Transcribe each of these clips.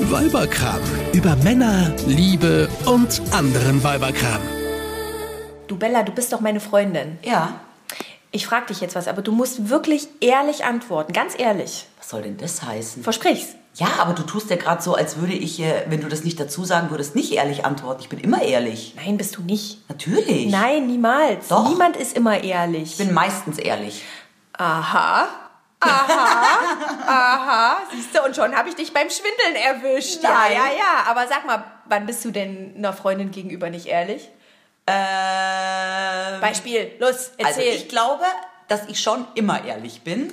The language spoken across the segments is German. Weiberkram. Über Männer, Liebe und anderen Weiberkram. Du Bella, du bist doch meine Freundin. Ja. Ich frage dich jetzt was, aber du musst wirklich ehrlich antworten. Ganz ehrlich. Was soll denn das heißen? Versprich's. Ja, aber du tust ja gerade so, als würde ich, äh, wenn du das nicht dazu sagen würdest, nicht ehrlich antworten. Ich bin immer ehrlich. Nein, bist du nicht. Natürlich. Nein, niemals. Doch. Niemand ist immer ehrlich. Ich bin meistens ehrlich. aha. Aha, aha, siehst du, und schon habe ich dich beim Schwindeln erwischt. Nein. Ja, ja, ja, aber sag mal, wann bist du denn einer Freundin gegenüber nicht ehrlich? Ähm, Beispiel, los, also erzähl. ich glaube, dass ich schon immer ehrlich bin.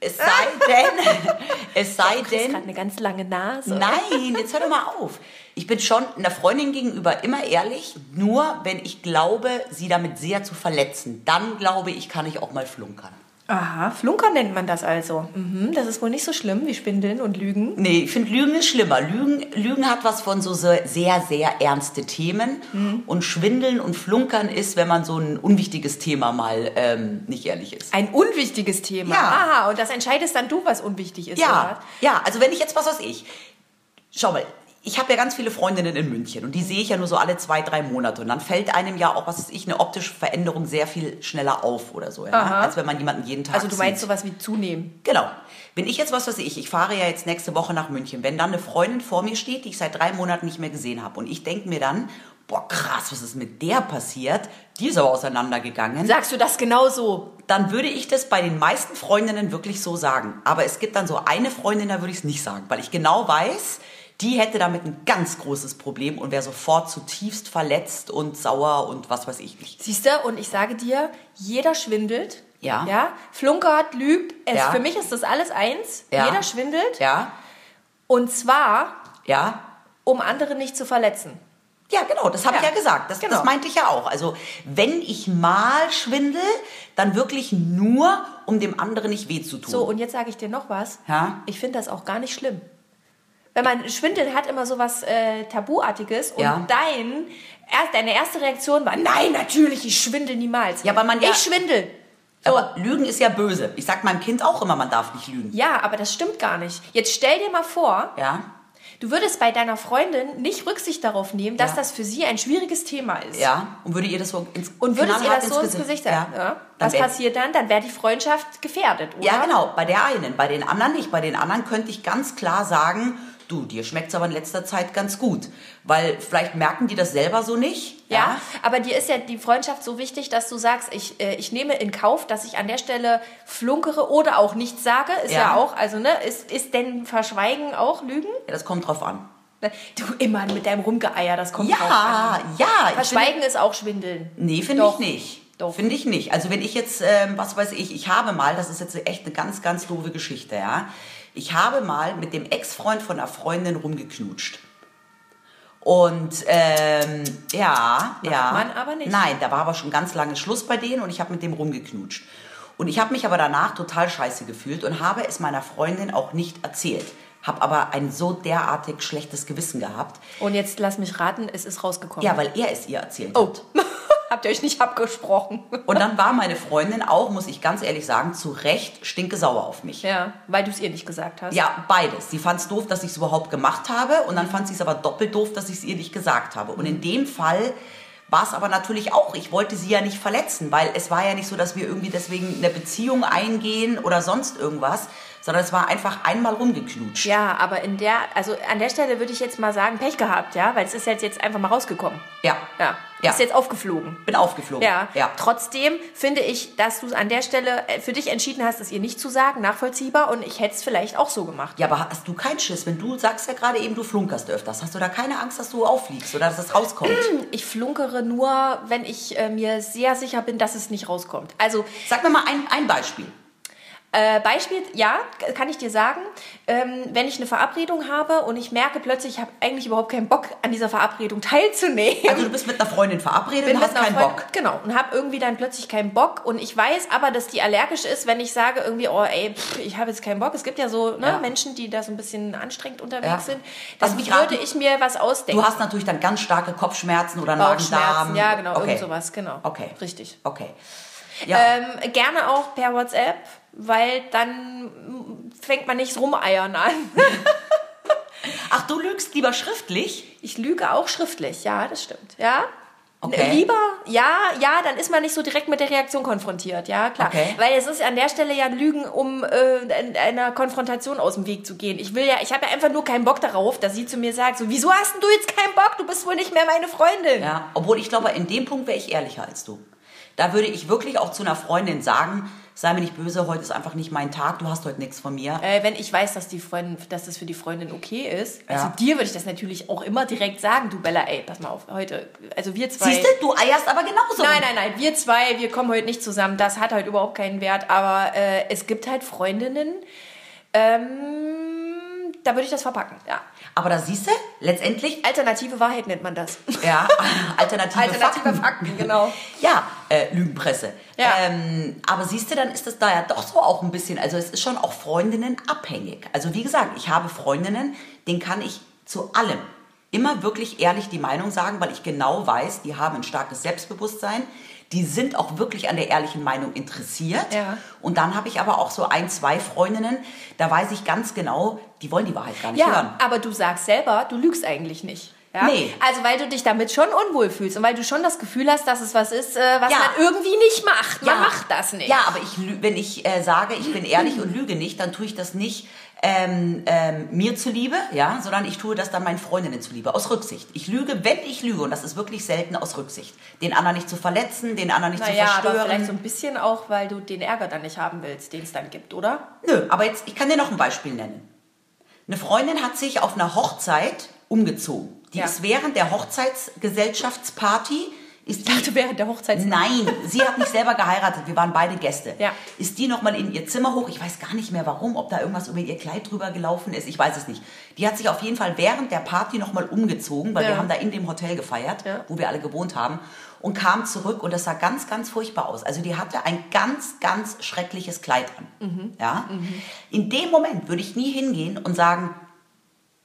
Es sei denn, es sei Du hast denn, gerade eine ganz lange Nase. Nein, jetzt hör doch mal auf. Ich bin schon einer Freundin gegenüber immer ehrlich, nur wenn ich glaube, sie damit sehr zu verletzen. Dann glaube ich, kann ich auch mal flunkern. Aha, Flunkern nennt man das also. Mhm, das ist wohl nicht so schlimm wie Schwindeln und Lügen. Nee, ich finde Lügen ist schlimmer. Lügen, Lügen hat was von so sehr, sehr, sehr ernste Themen. Mhm. Und Schwindeln und Flunkern ist, wenn man so ein unwichtiges Thema mal ähm, nicht ehrlich ist. Ein unwichtiges Thema. Ja. Aha, und das entscheidest dann du, was unwichtig ist. oder Ja, was? ja, also wenn ich jetzt, was weiß ich, schau mal, ich habe ja ganz viele Freundinnen in München und die sehe ich ja nur so alle zwei, drei Monate und dann fällt einem ja auch, was weiß ich, eine optische Veränderung sehr viel schneller auf oder so, ja, Aha. als wenn man jemanden jeden Tag Also du meinst sieht. sowas wie zunehmen. Genau. Wenn ich jetzt, was weiß ich, ich fahre ja jetzt nächste Woche nach München, wenn dann eine Freundin vor mir steht, die ich seit drei Monaten nicht mehr gesehen habe und ich denke mir dann, boah krass, was ist mit der passiert? Die ist aber auseinandergegangen Sagst du das genau so? dann würde ich das bei den meisten Freundinnen wirklich so sagen. Aber es gibt dann so eine Freundin, da würde ich es nicht sagen, weil ich genau weiß, die hätte damit ein ganz großes Problem und wäre sofort zutiefst verletzt und sauer und was weiß ich nicht. Siehst du, und ich sage dir, jeder schwindelt. Ja. ja flunkert, lügt. Es, Ja. Für mich ist das alles eins. Ja. Jeder schwindelt. Ja, Und zwar, ja. um andere nicht zu verletzen. Ja, genau, das habe ich Ja, ja gesagt. Das, genau. das meinte ich ja auch. Also, wenn ich mal schwindel, dann wirklich nur, um dem anderen nicht weh zu tun. So, und jetzt sage ich dir noch was. Oh. Ja. Ich finde das auch gar nicht schlimm. Wenn man Schwindeln hat immer so was äh, Tabuartiges und Ja. dein, erst, deine erste Reaktion war, nein, natürlich, ich schwindel niemals. Ja, aber man ja- Ich schwindel. So. Aber Lügen ist ja böse. Ich sag meinem Kind auch immer, man darf nicht lügen. ja, aber das stimmt gar nicht. Jetzt stell dir mal vor, Ja. du würdest bei deiner Freundin nicht Rücksicht darauf nehmen, dass Ja. das für sie ein schwieriges Thema ist. Ja, und würde ihr das so ins Und würdest ihr knallhart das so ins Gesicht sagen? Ja. Ja. Dann Was wär- passiert dann? Dann wäre die Freundschaft gefährdet, oder? Ja, genau, bei der einen, bei den anderen nicht. Bei den anderen könnte ich ganz klar sagen, du, dir schmeckt's aber in letzter Zeit ganz gut. Weil vielleicht merken die das selber so nicht. Ja, aber dir ist ja die Freundschaft so wichtig, dass du sagst, ich, äh, ich nehme in Kauf, dass ich an der Stelle flunkere oder auch nichts sage. Ist ja, Ja. auch, also ne, ist, ist denn Verschweigen auch Lügen? Ne? Ja, das kommt drauf an. Du immer mit deinem Rumgeeier, das kommt drauf an. Ja, ja. ich finde- Verschweigen ist auch Schwindeln. Nee, finde Doch. ich nicht. Doch. Finde ich nicht. Also wenn ich jetzt, ähm, was weiß ich, ich habe mal, das ist jetzt echt eine ganz, ganz doofe Geschichte, ja. Ich habe mal mit dem Ex-Freund von einer Freundin rumgeknutscht. Und ähm, ja, ja. man aber nicht. Nein, da war aber schon ganz lange Schluss bei denen und ich habe mit dem rumgeknutscht. Und ich habe mich aber danach total scheiße gefühlt und habe es meiner Freundin auch nicht erzählt. Habe aber ein so derartig schlechtes Gewissen gehabt. Und jetzt lass mich raten, es ist rausgekommen. Ja, weil er es ihr erzählt Oh. Habt ihr euch nicht abgesprochen? Und dann war meine Freundin auch, muss ich ganz ehrlich sagen, zu Recht stinkesauer auf mich. Ja, weil du es ihr nicht gesagt hast. Ja, beides. Sie fand es doof, dass ich es überhaupt gemacht habe und dann fand sie es aber doppelt doof, dass ich es ihr nicht gesagt habe. Und Mhm. in dem Fall war es aber natürlich auch, ich wollte sie ja nicht verletzen, weil es war ja nicht so, dass wir irgendwie deswegen eine Beziehung eingehen oder sonst irgendwas, sondern es war einfach einmal rumgeknutscht. Ja, aber in der, also an der Stelle würde ich jetzt mal sagen, Pech gehabt, ja, weil es ist jetzt, jetzt einfach mal rausgekommen. Ja. Ja. Ja. Ist jetzt aufgeflogen. Bin aufgeflogen. Ja. ja. Trotzdem finde ich, dass du an der Stelle äh, für dich entschieden hast, es ihr nicht zu sagen, nachvollziehbar. Und ich hätte es vielleicht auch so gemacht. Ja, aber hast du keinen Schiss, wenn du sagst ja gerade eben, du flunkerst öfters, hast du da keine Angst, dass du auffliegst oder dass es rauskommt? Ich flunkere nur, wenn ich äh, mir sehr sicher bin, dass es nicht rauskommt. Also Sag mir mal ein, ein Beispiel. äh, Beispiel, ja, k- kann ich dir sagen, ähm, wenn ich eine Verabredung habe und ich merke plötzlich, ich habe eigentlich überhaupt keinen Bock, an dieser Verabredung teilzunehmen. Also du bist mit einer Freundin verabredet und hast mit einer keinen Freundin- Bock. Genau, und habe irgendwie dann plötzlich keinen Bock. Und ich weiß aber, dass die allergisch ist, wenn ich sage irgendwie, oh ey, pff, ich habe jetzt keinen Bock. Es gibt ja so ne, Ja. Menschen, die da so ein bisschen anstrengend unterwegs Ja. sind. Lass Dann mich würde raten. ich mir was ausdenken. Du hast natürlich dann ganz starke Kopfschmerzen oder Bauchschmerzen, Magen-Darm. ja genau, okay. irgend sowas, genau. Okay. Richtig. Okay. Ja, Ähm, gerne auch per WhatsApp, weil dann mm, fängt man nicht rumeiern an. Ach, du lügst lieber schriftlich? Ich lüge auch schriftlich, ja, das stimmt. Ja? Okay. Lieber, ja, ja, dann ist man nicht so direkt mit der Reaktion konfrontiert, ja, klar. Okay. Weil es ist an der Stelle ja Lügen, um äh, in einer Konfrontation aus dem Weg zu gehen. Ich will ja, ich habe ja einfach nur keinen Bock darauf, dass sie zu mir sagt, so, wieso hast denn du jetzt keinen Bock? Du bist wohl nicht mehr meine Freundin. Ja, obwohl ich glaube, in dem Punkt wäre ich ehrlicher als du. Da würde ich wirklich auch zu einer Freundin sagen, sei mir nicht böse, heute ist einfach nicht mein Tag, du hast heute nichts von mir. Äh, wenn ich weiß, dass die Freundin, dass das für die Freundin okay ist, also Ja. dir würde ich das natürlich auch immer direkt sagen, du Bella, ey, pass mal auf, heute, also wir zwei. Siehst du, du eierst aber genauso. Nein, nein, nein, wir zwei, wir kommen heute nicht zusammen, das hat halt überhaupt keinen Wert, aber äh, es gibt halt Freundinnen, ähm, da würde ich das verpacken, ja. Aber da siehst du, letztendlich, Alternative Wahrheit nennt man das. ja, Äh, alternative, Alternative Fakten. Fakten, genau. Ja, äh, Lügenpresse. Ja. Ähm, aber siehst du, dann ist das da ja doch so auch ein bisschen, also es ist schon auch Freundinnen abhängig. Also wie gesagt, ich habe Freundinnen, denen kann ich zu allem immer wirklich ehrlich die Meinung sagen, weil ich genau weiß, die haben ein starkes Selbstbewusstsein, die sind auch wirklich an der ehrlichen Meinung interessiert. Ja. Und dann habe ich aber auch so ein, zwei Freundinnen, da weiß ich ganz genau, die wollen die Wahrheit gar nicht hören. Ja, aber du sagst selber, du lügst eigentlich nicht. Ja? Nee. Also weil du dich damit schon unwohl fühlst und weil du schon das Gefühl hast, dass es was ist, äh, was Ja. man irgendwie nicht macht. Man macht das nicht. Ja, aber ich, lü- wenn ich äh, sage, ich bin ehrlich und lüge nicht, dann tue ich das nicht ähm, ähm, mir zuliebe, ja, sondern ich tue das dann meinen Freundinnen zuliebe, aus Rücksicht. Ich lüge, wenn ich lüge, und das ist wirklich selten aus Rücksicht. Den anderen nicht zu verletzen, den anderen nicht Naja, zu aber verstören. vielleicht so ein bisschen auch, weil du den Ärger dann nicht haben willst, den es dann gibt, oder? Nö, aber jetzt, ich kann dir noch ein Beispiel nennen. Eine Freundin hat sich auf einer Hochzeit umgezogen. Die Ja. ist während der Hochzeitsgesellschaftsparty, ist die Dachte während der Hochzeit. Nein, sie hat mich selber geheiratet. Wir waren beide Gäste. Mhm. Ja. Ist die nochmal in ihr Zimmer hoch? Ich weiß gar nicht mehr warum, ob da irgendwas über ihr Kleid drüber gelaufen ist. Ich weiß es nicht. Die hat sich auf jeden Fall während der Party nochmal umgezogen, weil Ja. wir haben da in dem Hotel gefeiert, Ja. wo wir alle gewohnt haben. Und kam zurück und das sah ganz, ganz furchtbar aus. Also die hatte ein ganz, ganz schreckliches Kleid an. Mhm. Ja? In dem Moment würde ich nie hingehen und sagen,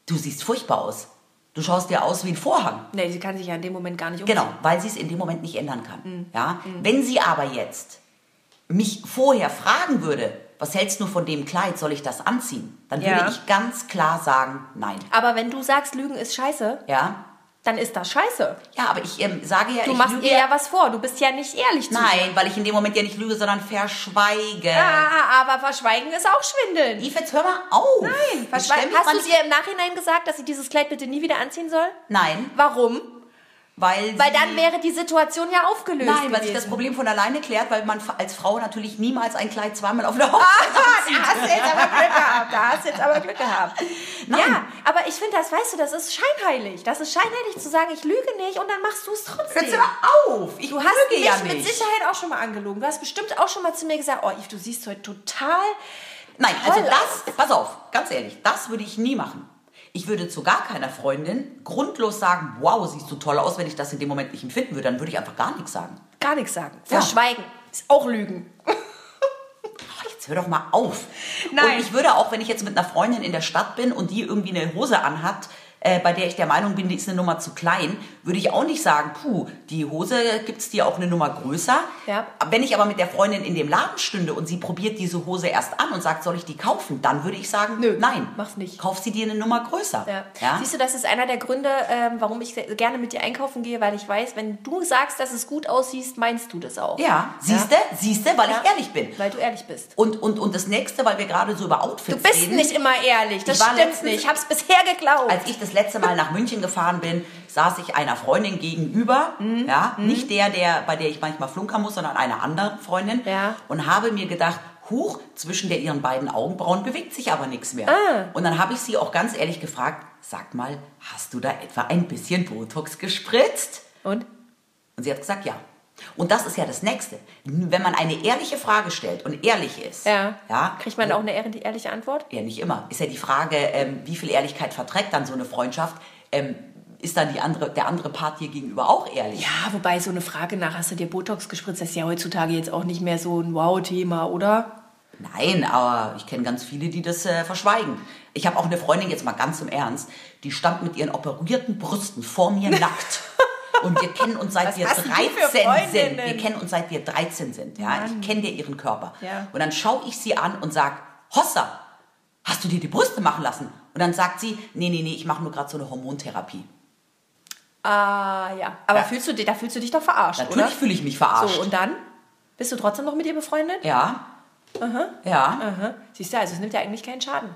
du siehst furchtbar aus. Du schaust dir aus wie ein Vorhang. Nee, sie kann sich ja in dem Moment gar nicht umziehen. Genau, weil sie es in dem Moment nicht ändern kann. Mhm. Ja? Wenn sie aber jetzt mich vorher fragen würde, was hältst du von dem Kleid, soll ich das anziehen? Dann würde Ja. ich ganz klar sagen, nein. Aber wenn du sagst, Lügen ist scheiße, Ja, dann ist das scheiße. ja aber ich ähm, sage ja, Du ich machst lüge ihr ja. ja was vor. Du bist ja nicht ehrlich zu Nein, weil ich in dem Moment ja nicht lüge, sondern verschweige. ihr. Ah, aber verschweigen ist auch Schwindeln. Eve, jetzt hör mal auf. Nein, Ich stell verschweigen. mich Hast mal du es nicht- ihr im Nachhinein gesagt, dass sie dieses Kleid bitte nie wieder anziehen soll? Nein, Warum? weil Weil sie- dann wäre die Situation ja aufgelöst. Nein, weil sich das gewesen. Problem von alleine klärt, weil man als Frau natürlich niemals ein Kleid zweimal auf der Hochzeit Ah, anzieht. da hast du jetzt aber Glück gehabt. Da hast du jetzt aber Glück gehabt. Nein. Ja, aber ich finde das, weißt du, das ist scheinheilig. Das ist scheinheilig zu sagen, ich lüge nicht und dann machst du es trotzdem. Jetzt hör mal auf. Ich Du hast lüge mich ja mit nicht. Sicherheit auch schon mal angelogen. Du hast bestimmt auch schon mal zu mir gesagt, oh, Yves, du siehst heute total... Nein, also Toll. das, pass auf, ganz ehrlich, das würde ich nie machen. Ich würde zu gar keiner Freundin grundlos sagen, wow, siehst du toll aus, wenn ich das in dem Moment nicht empfinden würde, dann würde ich einfach gar nichts sagen. Gar nichts sagen. Ja. Verschweigen. Ist auch Lügen. Ach, jetzt hör doch mal auf. Nein. Und ich würde auch, wenn ich jetzt mit einer Freundin in der Stadt bin und die irgendwie eine Hose anhat, äh, bei der ich der Meinung bin, die ist eine Nummer zu klein, würde ich auch nicht sagen, puh, die Hose gibt's dir auch eine Nummer größer. Ja. Wenn ich aber mit der Freundin in dem Laden stünde und sie probiert diese Hose erst an und sagt, soll ich die kaufen, dann würde ich sagen, Nö, nein, mach's nicht. Kauf sie dir eine Nummer größer. Ja. Siehst du, das ist einer der Gründe, ähm, warum ich sehr- gerne mit dir einkaufen gehe, weil ich weiß, wenn du sagst, dass es gut aussieht, meinst du das auch. Ja, siehst du, siehst du, weil ich ehrlich bin. Weil du ehrlich bist. Und, und, und das nächste, weil wir gerade so über Outfits Du bist reden. nicht immer ehrlich. Das Ich war stimmt letztens- nicht. Ich hab's bisher geglaubt. Als ich das letzte Mal nach München gefahren bin, saß ich einer Freundin gegenüber, Mhm. ja, nicht der, der, bei der ich manchmal flunkern muss, sondern einer anderen Freundin Ja. und habe mir gedacht, huch, zwischen der ihren beiden Augenbrauen bewegt sich aber nichts mehr. Ah. Und dann habe ich sie auch ganz ehrlich gefragt, sag mal, hast du da etwa ein bisschen Botox gespritzt? Und? Und sie hat gesagt, ja. Und das ist ja das Nächste. Wenn man eine ehrliche Frage stellt und ehrlich ist, Ja. ja Kriegt man auch eine ehr- ehrliche Antwort? ja, nicht immer. Ist ja die Frage, ähm, wie viel Ehrlichkeit verträgt dann so eine Freundschaft? Ähm, ist dann die andere, der andere Part hier gegenüber auch ehrlich? Ja, wobei so eine Frage nach, hast du dir Botox gespritzt, das ist ja heutzutage jetzt auch nicht mehr so ein Wow-Thema, oder? Nein, aber ich kenne ganz viele, die das äh, verschweigen. Ich habe auch eine Freundin, jetzt mal ganz im Ernst, die stand mit ihren operierten Brüsten vor mir nackt. Und wir kennen uns seit Was wir hast du für 13 sind. Freundinnen? Wir kennen uns seit wir 13 sind. Ja, ich kenne dir ihren Körper. Ja. Und dann schaue ich sie an und sage, Hossa, hast du dir die Brüste machen lassen? Und dann sagt sie, nee, nee, nee, ich mache nur gerade so eine Hormontherapie. Ah, ja. Aber Ja. fühlst du dich, da fühlst du dich doch verarscht, Natürlich oder? fühle ich mich verarscht. Ne? So, und dann? Bist du trotzdem noch mit ihr befreundet? ja. Ja. Aha. Siehst du, also es nimmt ja eigentlich keinen Schaden.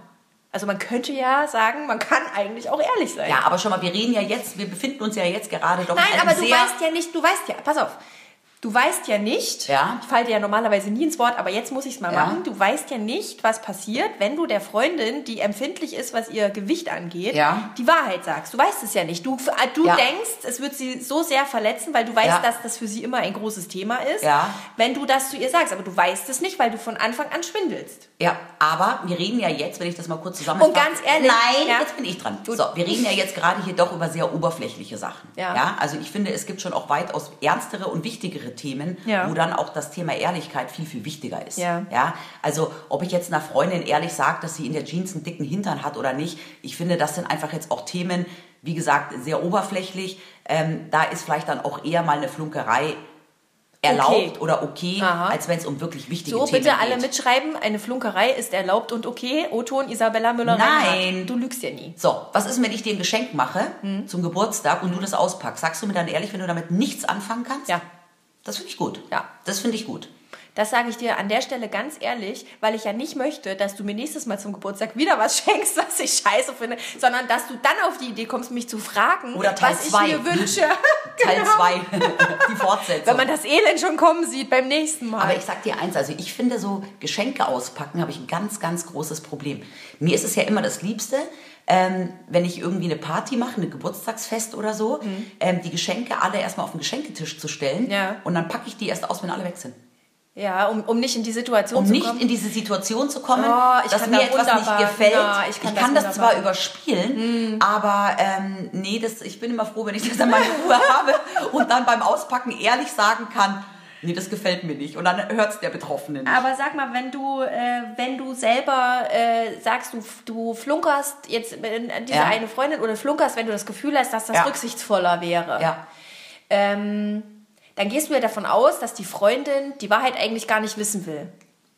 Also man könnte ja sagen, man kann eigentlich auch ehrlich sein. Ja, aber schon mal, wir reden ja jetzt, wir befinden uns ja jetzt gerade doch in Nein, einem aber du sehr weißt ja nicht, du weißt ja, pass auf. Du weißt ja nicht, Ja. ich falle dir ja normalerweise nie ins Wort, aber jetzt muss ich es mal Ja. machen. Du weißt ja nicht, was passiert, wenn du der Freundin, die empfindlich ist, was ihr Gewicht angeht, Ja. die Wahrheit sagst. Du weißt es ja nicht. Du, äh, du Ja. denkst, es wird sie so sehr verletzen, weil du weißt, Ja. dass das für sie immer ein großes Thema ist, Ja. wenn du das zu ihr sagst. Aber du weißt es nicht, weil du von Anfang an schwindelst. Ja, aber wir reden ja jetzt, wenn ich das mal kurz zusammen. Und ganz ehrlich, nein, ja. jetzt bin ich dran. Gut. So, wir reden ja jetzt gerade hier doch über sehr oberflächliche Sachen. Ja. also ich finde, es gibt schon auch weitaus ernstere und wichtigere Themen, Ja. wo dann auch das Thema Ehrlichkeit viel viel wichtiger ist. Ja. ja, also ob ich jetzt einer Freundin ehrlich sage, dass sie in der Jeans einen dicken Hintern hat oder nicht, ich finde, das sind einfach jetzt auch Themen, wie gesagt, sehr oberflächlich. Ähm, da ist vielleicht dann auch eher mal eine Flunkerei erlaubt oder okay, Aha. als wenn es um wirklich wichtige So, Themen bitte alle geht. mitschreiben, eine Flunkerei ist erlaubt und okay. Oton Isabella müller Nein. Du lügst ja nie. So, was ist, wenn ich dir ein Geschenk mache zum Geburtstag und du das auspackst? Sagst du mir dann ehrlich, wenn du damit nichts anfangen kannst? Ja. Das finde ich gut. Ja. Das finde ich gut. Das sage ich dir an der Stelle ganz ehrlich, weil ich ja nicht möchte, dass du mir nächstes Mal zum Geburtstag wieder was schenkst, was ich scheiße finde, sondern dass du dann auf die Idee kommst, mich zu fragen, Oder Teil was zwei. ich mir wünsche. Teil Genau. zwei, die Fortsetzung. Wenn man das Elend schon kommen sieht beim nächsten Mal. Aber ich sag dir eins, also ich finde so Geschenke auspacken habe ich ein ganz, ganz großes Problem. Mir ist es ja immer das Liebste, ähm, wenn ich irgendwie eine Party mache, ein Geburtstagsfest oder so, ähm, die Geschenke alle erstmal auf den Geschenketisch zu stellen Mhm. Ja. und dann packe ich die erst aus, wenn alle weg sind. ja, um, um nicht in die Situation um zu nicht kommen. in diese Situation zu kommen, Oh, ich dass kann mir da etwas nicht wunderbar- gefällt. Ja, ich kann, das, wunderbar. Mm. zwar überspielen, aber ähm, nee, das, ich bin immer froh, wenn ich das in meiner Ruhe habe und dann beim Auspacken ehrlich sagen kann, nee, das gefällt mir nicht. Und dann hört es der Betroffene nicht. Aber sag mal, wenn du, äh, wenn du selber äh, sagst, du, du flunkerst jetzt in in diese Ja. eine Freundin oder flunkerst, wenn du das Gefühl hast, dass das Ja. rücksichtsvoller wäre, Ja. ähm, dann gehst du ja davon aus, dass die Freundin die Wahrheit eigentlich gar nicht wissen will.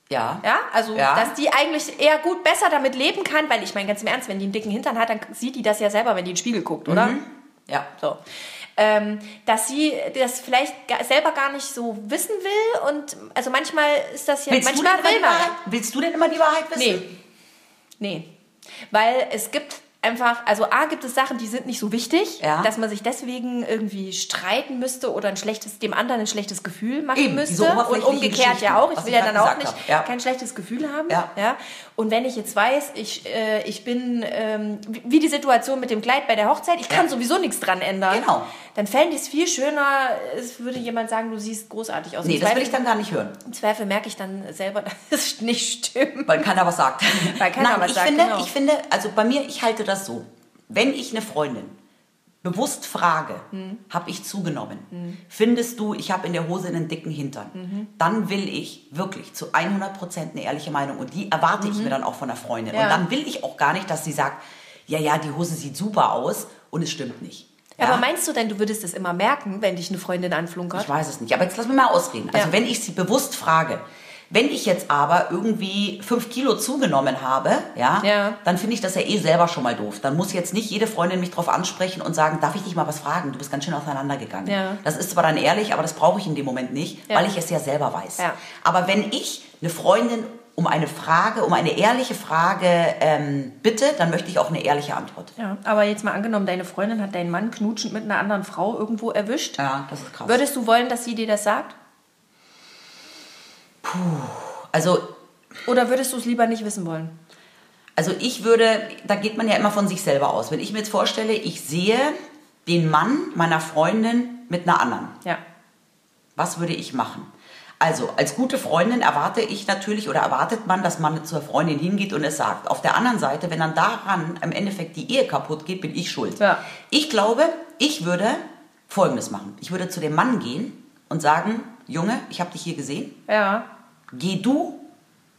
Ja. Ja, also Ja. dass die eigentlich eher gut besser damit leben kann, weil ich meine ganz im Ernst, wenn die einen dicken Hintern hat, dann sieht die das ja selber, wenn die in den Spiegel guckt, oder? Ja. So. Ähm, dass sie das vielleicht ga- selber gar nicht so wissen will und also manchmal ist das ja Willst, du manchmal denn immer will die man. Wahrheit, willst du denn immer die Wahrheit wissen? Nee. Nee. Weil es gibt einfach, also A gibt es Sachen, die sind nicht so wichtig, Ja. dass man sich deswegen irgendwie streiten müsste oder ein schlechtes, dem anderen ein schlechtes Gefühl machen Eben, diese müsste. Und oberflächlichen umgekehrt Geschichten, ja auch. Ich was will ich ja gerade dann auch gesagt nicht hab, ja. kein schlechtes Gefühl haben. Ja. Und wenn ich jetzt weiß, ich, äh, ich bin, ähm, wie- wie die Situation mit dem Kleid bei der Hochzeit, ich kann sowieso nichts dran ändern. Genau. Dann fände ich es viel schöner, es würde jemand sagen, du siehst großartig aus. Nee, Im das will Zweifel- ich dann gar nicht hören, Im Zweifel merke ich dann selber, dass es nicht stimmt. weil keiner was sagt. Weil keiner Nein, was ich sagt, Finde, genau. Ich finde, also bei mir, ich halte das so. Wenn ich eine Freundin bewusst frage, Mhm. habe ich zugenommen? Findest du, ich habe in der Hose einen dicken Hintern? Mhm. Dann will ich wirklich zu 100% eine ehrliche Meinung und die erwarte ich mir dann auch von der Freundin. Mhm. Ja. Und dann will ich auch gar nicht, dass sie sagt, ja, ja, die Hose sieht super aus und es stimmt nicht. Aber meinst du denn, du würdest es immer merken, wenn dich eine Freundin anflunkert? Ich weiß es nicht, aber jetzt lass mich mal ausreden. Also Ja. wenn ich sie bewusst frage, wenn ich jetzt aber irgendwie fünf Kilo zugenommen habe, ja, Ja. dann finde ich das ja eh selber schon mal doof. Dann muss jetzt nicht jede Freundin mich drauf ansprechen und sagen, darf ich dich mal was fragen? Du bist ganz schön auseinandergegangen. Ja. Das ist zwar dann ehrlich, aber das brauche ich in dem Moment nicht, Ja. weil ich es ja selber weiß. Ja. Aber wenn ich eine Freundin um eine Frage, um eine ehrliche Frage ähm, bitte, dann möchte ich auch eine ehrliche Antwort. Ja, aber jetzt mal angenommen, deine Freundin hat deinen Mann knutschend mit einer anderen Frau irgendwo erwischt. Ja, das ist krass. Würdest du wollen, dass sie dir das sagt? also Oder würdest du es lieber nicht wissen wollen? Also ich würde, da geht man ja immer von sich selber aus. Wenn ich mir jetzt vorstelle, ich sehe den Mann meiner Freundin mit einer anderen, Ja. was würde ich machen? Also als gute Freundin erwarte ich natürlich oder erwartet man, dass man zur Freundin hingeht und es sagt. Auf der anderen Seite, wenn dann daran im Endeffekt die Ehe kaputt geht, bin ich schuld. Ja. Ich glaube, ich würde Folgendes machen. Ich würde zu dem Mann gehen und sagen, Junge, ich habe dich hier gesehen, Ja. geh du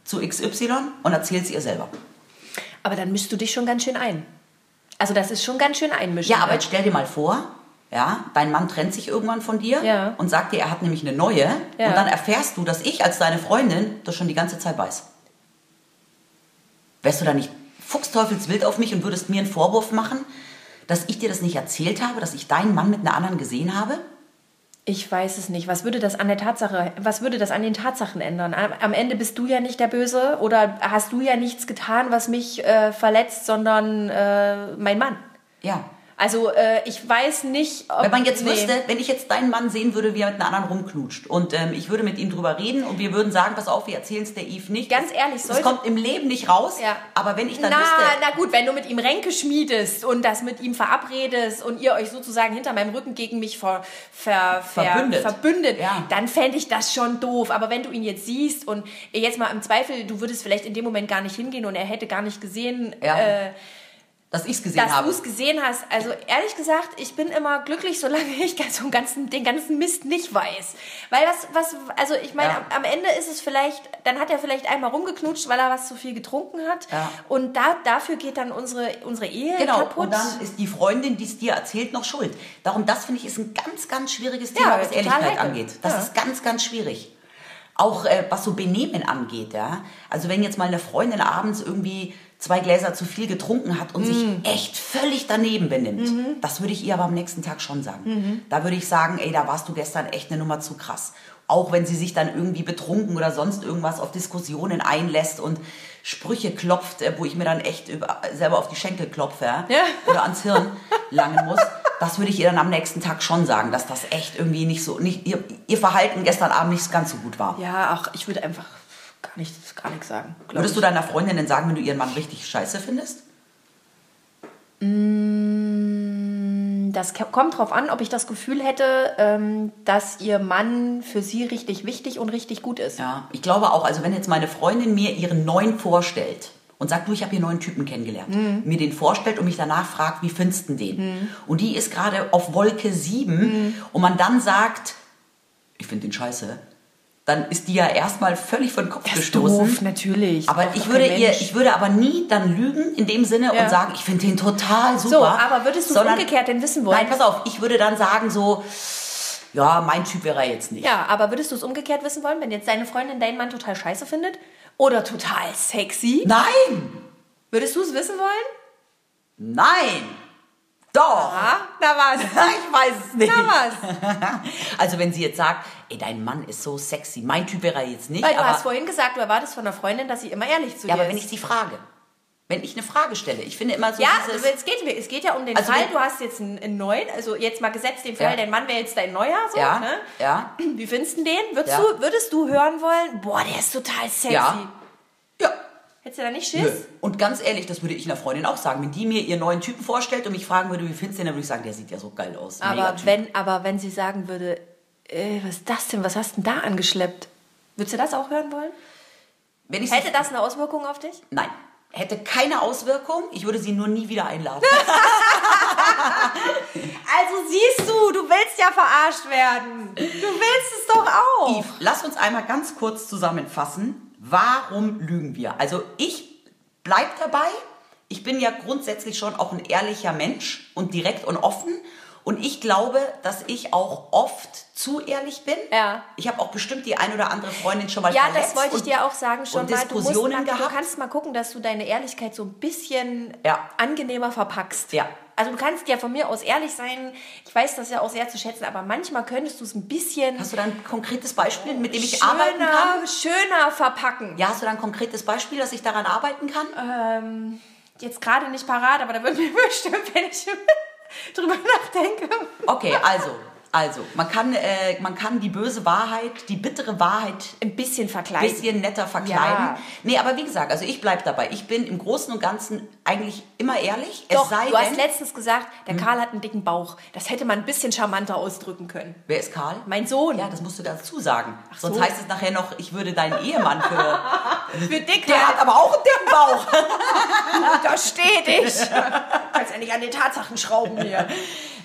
zu XY und erzähl's ihr selber. Aber dann mischst du dich schon ganz schön ein. Also das ist schon ganz schön einmischen. Ja, aber ne? jetzt stell dir mal vor, ja, dein Mann trennt sich irgendwann von dir Ja. und sagt dir, er hat nämlich eine neue. Ja. Und dann erfährst du, dass ich als deine Freundin das schon die ganze Zeit weiß. Wärst du da nicht fuchsteufelswild auf mich und würdest mir einen Vorwurf machen, dass ich dir das nicht erzählt habe, dass ich deinen Mann mit einer anderen gesehen habe? Ich weiß es nicht. Was würde das an der Tatsache, was würde das an den Tatsachen ändern? Am, am Ende bist du ja nicht der Böse oder hast du ja nichts getan, was mich äh, verletzt, sondern äh, mein Mann. Ja. Also äh, ich weiß nicht, ob Wenn man jetzt wüsste, wenn ich jetzt deinen Mann sehen würde, wie er mit einer anderen rumknutscht und ähm, ich würde mit ihm drüber reden und wir würden sagen, pass auf, wir erzählen es der Eve nicht. Ganz ehrlich, es, es sollte- kommt im Leben nicht raus, Ja. aber wenn ich dann na, wüsste, na gut, wenn du mit ihm Ränke schmiedest und das mit ihm verabredest und ihr euch sozusagen hinter meinem Rücken gegen mich ver, ver, ver, Verbündet. verbündet Ja. dann fände ich das schon doof. Aber wenn du ihn jetzt siehst und jetzt mal im Zweifel, du würdest vielleicht in dem Moment gar nicht hingehen und er hätte gar nicht gesehen, Ja. äh, dass ich es gesehen dass du habe. es gesehen hast. Also ehrlich gesagt, ich bin immer glücklich, solange ich ganz- so einen ganzen, den ganzen Mist nicht weiß. Weil das, was, also ich meine, Ja. am, am Ende ist es vielleicht, dann hat er vielleicht einmal rumgeknutscht, weil er was zu viel getrunken hat. Ja. Und da, dafür geht dann unsere, unsere Ehe Genau, kaputt. und dann ist die Freundin, die es dir erzählt, noch schuld. Darum, das finde ich, ist ein ganz, ganz schwieriges Thema, was total Ehrlichkeit heikel. angeht. Das Ja. ist ganz, ganz schwierig. Auch äh, was so Benehmen angeht, ja. Also wenn jetzt mal eine Freundin abends irgendwie zwei Gläser zu viel getrunken hat und sich echt völlig daneben benimmt, das würde ich ihr aber am nächsten Tag schon sagen. Da würde ich sagen, ey, da warst du gestern echt eine Nummer zu krass. Auch wenn sie sich dann irgendwie betrunken oder sonst irgendwas auf Diskussionen einlässt und Sprüche klopft, äh, wo ich mir dann echt über, selber auf die Schenkel klopfe ja? oder ans Hirn langen muss. Das würde ich ihr dann am nächsten Tag schon sagen, dass das echt irgendwie nicht so, nicht, ihr, ihr Verhalten gestern Abend nicht ganz so gut war. ja, ach, ich würde einfach gar nichts, gar nichts sagen. glaub Würdest du deiner Freundin denn sagen, wenn du ihren Mann richtig scheiße findest? Mm, Das ke- kommt drauf an, ob ich das Gefühl hätte, ähm, dass ihr Mann für sie richtig wichtig und richtig gut ist. Ja, ich glaube auch, also wenn jetzt meine Freundin mir ihren neuen vorstellt und sagt, du, ich habe hier neuen Typen kennengelernt, Mhm. mir den vorstellt und mich danach fragt, wie findest du den? Und die ist gerade auf Wolke 7 Mhm. und man dann sagt, ich finde den scheiße, dann ist die ja erstmal völlig von Kopf Das ist gestoßen. doof, ne? natürlich. Aber Braucht ich doch würde, kein ihr, Mensch. ich würde aber nie dann lügen in dem Sinne Ja. und sagen, ich finde den total super. So, aber würdest du es sondern- umgekehrt denn wissen wollen? Nein, pass auf, ich würde dann sagen so, ja, mein Typ wäre er jetzt nicht. Ja, aber würdest du es umgekehrt wissen wollen, wenn jetzt deine Freundin deinen Mann total scheiße findet? Oder total sexy? Nein, Würdest du es wissen wollen? nein, doch. Ah, na was. Ich weiß es nicht. Na was. Also wenn sie jetzt sagt, ey, dein Mann ist so sexy, mein Typ wäre er jetzt nicht, Weil du hast aber, vorhin gesagt, du erwartest von der Freundin, dass sie immer ehrlich zu ja, dir aber wenn ich ist. sie frage, wenn ich eine Frage stelle, ich finde immer so Ja, dieses... aber es geht, es geht ja um den Also Fall, wenn- du hast jetzt einen, einen neuen, also jetzt mal gesetzt den Fall, Ja. dein Mann wäre jetzt dein neuer, so, ja, ne? ja, Wie findest du den? Würdest, Ja. du, würdest du hören wollen, boah, der ist total sexy. Ja. ja. Hättest du da nicht Nö. Schiss? Und ganz ehrlich, das würde ich einer Freundin auch sagen. Wenn die mir ihren neuen Typen vorstellt und mich fragen würde, wie findest du den, dann würde ich sagen, der sieht ja so geil aus. Aber Megatyp. wenn, aber wenn sie sagen würde, äh, was ist das denn, was hast denn da angeschleppt? Würdest du das auch hören wollen? wenn ich sie- Hätte das eine Auswirkung auf dich? Nein, hätte keine Auswirkung. Ich würde sie nur nie wieder einladen. Also siehst du, du willst ja verarscht werden. Du willst es doch auch. Yves, lass uns einmal ganz kurz zusammenfassen. Warum lügen wir? Also ich bleib dabei. Ich bin ja grundsätzlich schon auch ein ehrlicher Mensch und direkt und offen. Und ich glaube, dass ich auch oft zu ehrlich bin. Ja. Ich habe auch bestimmt die ein oder andere Freundin schon mal Ja, verletzt. das wollte ich und- dir auch sagen schon und mal. Du, musst Diskussionen mal du gehabt. kannst mal gucken, dass du deine Ehrlichkeit so ein bisschen Ja. angenehmer verpackst. Ja. Also du kannst ja von mir aus ehrlich sein. Ich weiß das ja auch sehr zu schätzen, aber manchmal könntest du es ein bisschen Hast du da ein konkretes Beispiel, mit dem ich schöner, arbeiten kann? schöner verpacken. Ja, hast du da ein konkretes Beispiel, dass ich daran arbeiten kann? ähm, jetzt gerade nicht parat, aber da wird mir bestimmt, wenn ich drüber nachdenke. Okay, also, also, man kann, äh, man kann die böse Wahrheit, die bittere Wahrheit Ein bisschen ein vergleichen. bisschen netter verkleiden. Ja. Nee, aber wie gesagt, also ich bleib dabei. Ich bin im Großen und Ganzen eigentlich immer ehrlich. Doch, es sei du hast denn, letztens gesagt, der Karl hat einen dicken Bauch. Das hätte man ein bisschen charmanter ausdrücken können. wer ist Karl? Mein Sohn. ja, das musst du dazu sagen. so. Sonst heißt es nachher noch, ich würde deinen Ehemann für. Für dick Der hat halt. aber auch einen dicken Bauch. Untersteh dich. Kannst ja nicht an den Tatsachen schrauben hier.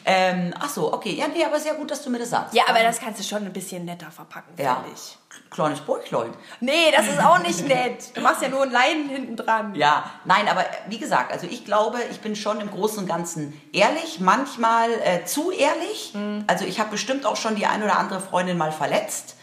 ähm, ach so, okay. Ja, nee, aber sehr gut, dass du mir das sagst. Ja, aber das kannst du schon ein bisschen netter verpacken, Ja. finde ich. Kleines Bäuchlein. Nee, das ist auch nicht nett. Du machst ja nur ein Leinen hinten dran. Ja, nein, aber äh, wie gesagt, also ich glaube, ich bin schon im Großen und Ganzen ehrlich, manchmal äh, zu ehrlich. Also ich habe bestimmt auch schon die ein oder andere Freundin mal verletzt.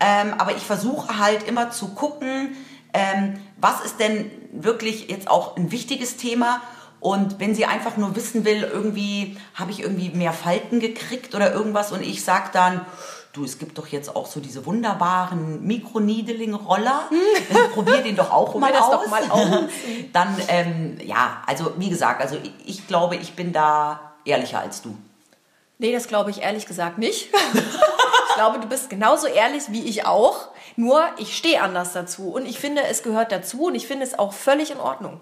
Ähm, aber ich versuche halt immer zu gucken, ähm, was ist denn wirklich jetzt auch ein wichtiges Thema? Und wenn sie einfach nur wissen will, irgendwie habe ich irgendwie mehr Falten gekriegt oder irgendwas und ich sage dann, du, es gibt doch jetzt auch so diese wunderbaren Mikroniedling-Roller, probier den doch auch mal das aus. doch Hm. mal aus. dann, ähm, ja, also wie gesagt, also ich, ich glaube, ich bin da ehrlicher als du. Nee, das glaube ich ehrlich gesagt nicht. ich glaube, du bist genauso ehrlich wie ich auch. Nur ich stehe anders dazu. Und ich finde, es gehört dazu und ich finde es auch völlig in Ordnung.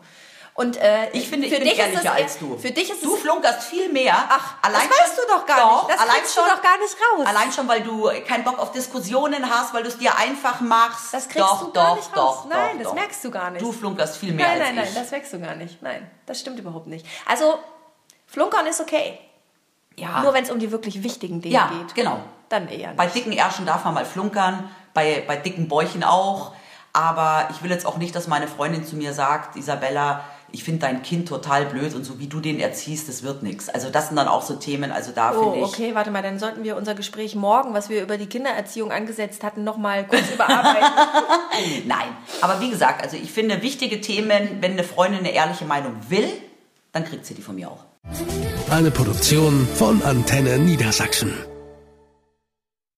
Und äh, Ich finde, ich für bin dich ist ehrlicher das- als du. Für dich ist du es. flunkerst viel mehr. Ach, das weißt du doch gar nicht. Das allein kriegst du schon, doch gar nicht raus. Allein schon, weil du keinen Bock auf Diskussionen hast, weil du es dir einfach machst. Das kriegst doch, du gar doch, nicht doch, raus. Nein, doch, das doch. merkst du gar nicht. Du flunkerst viel mehr nein, als nein, nein, ich. das wächst du gar nicht. Nein, das stimmt überhaupt nicht. Also, flunkern ist okay. ja. Nur wenn es um die wirklich wichtigen Dinge Ja, geht. genau. Dann eher bei nicht. dicken Ärschen darf man mal flunkern, bei, bei dicken Bäuchen auch. Aber ich will jetzt auch nicht, dass meine Freundin zu mir sagt, Isabella, ich finde dein Kind total blöd und so wie du den erziehst, das wird nichts. Also das sind dann auch so Themen, also da Oh, finde ich. okay, warte mal, dann sollten wir unser Gespräch morgen, was wir über die Kindererziehung angesetzt hatten, nochmal kurz überarbeiten. Nein, aber wie gesagt, also ich finde wichtige Themen, wenn eine Freundin eine ehrliche Meinung will, dann kriegt sie die von mir auch. Eine Produktion von Antenne Niedersachsen.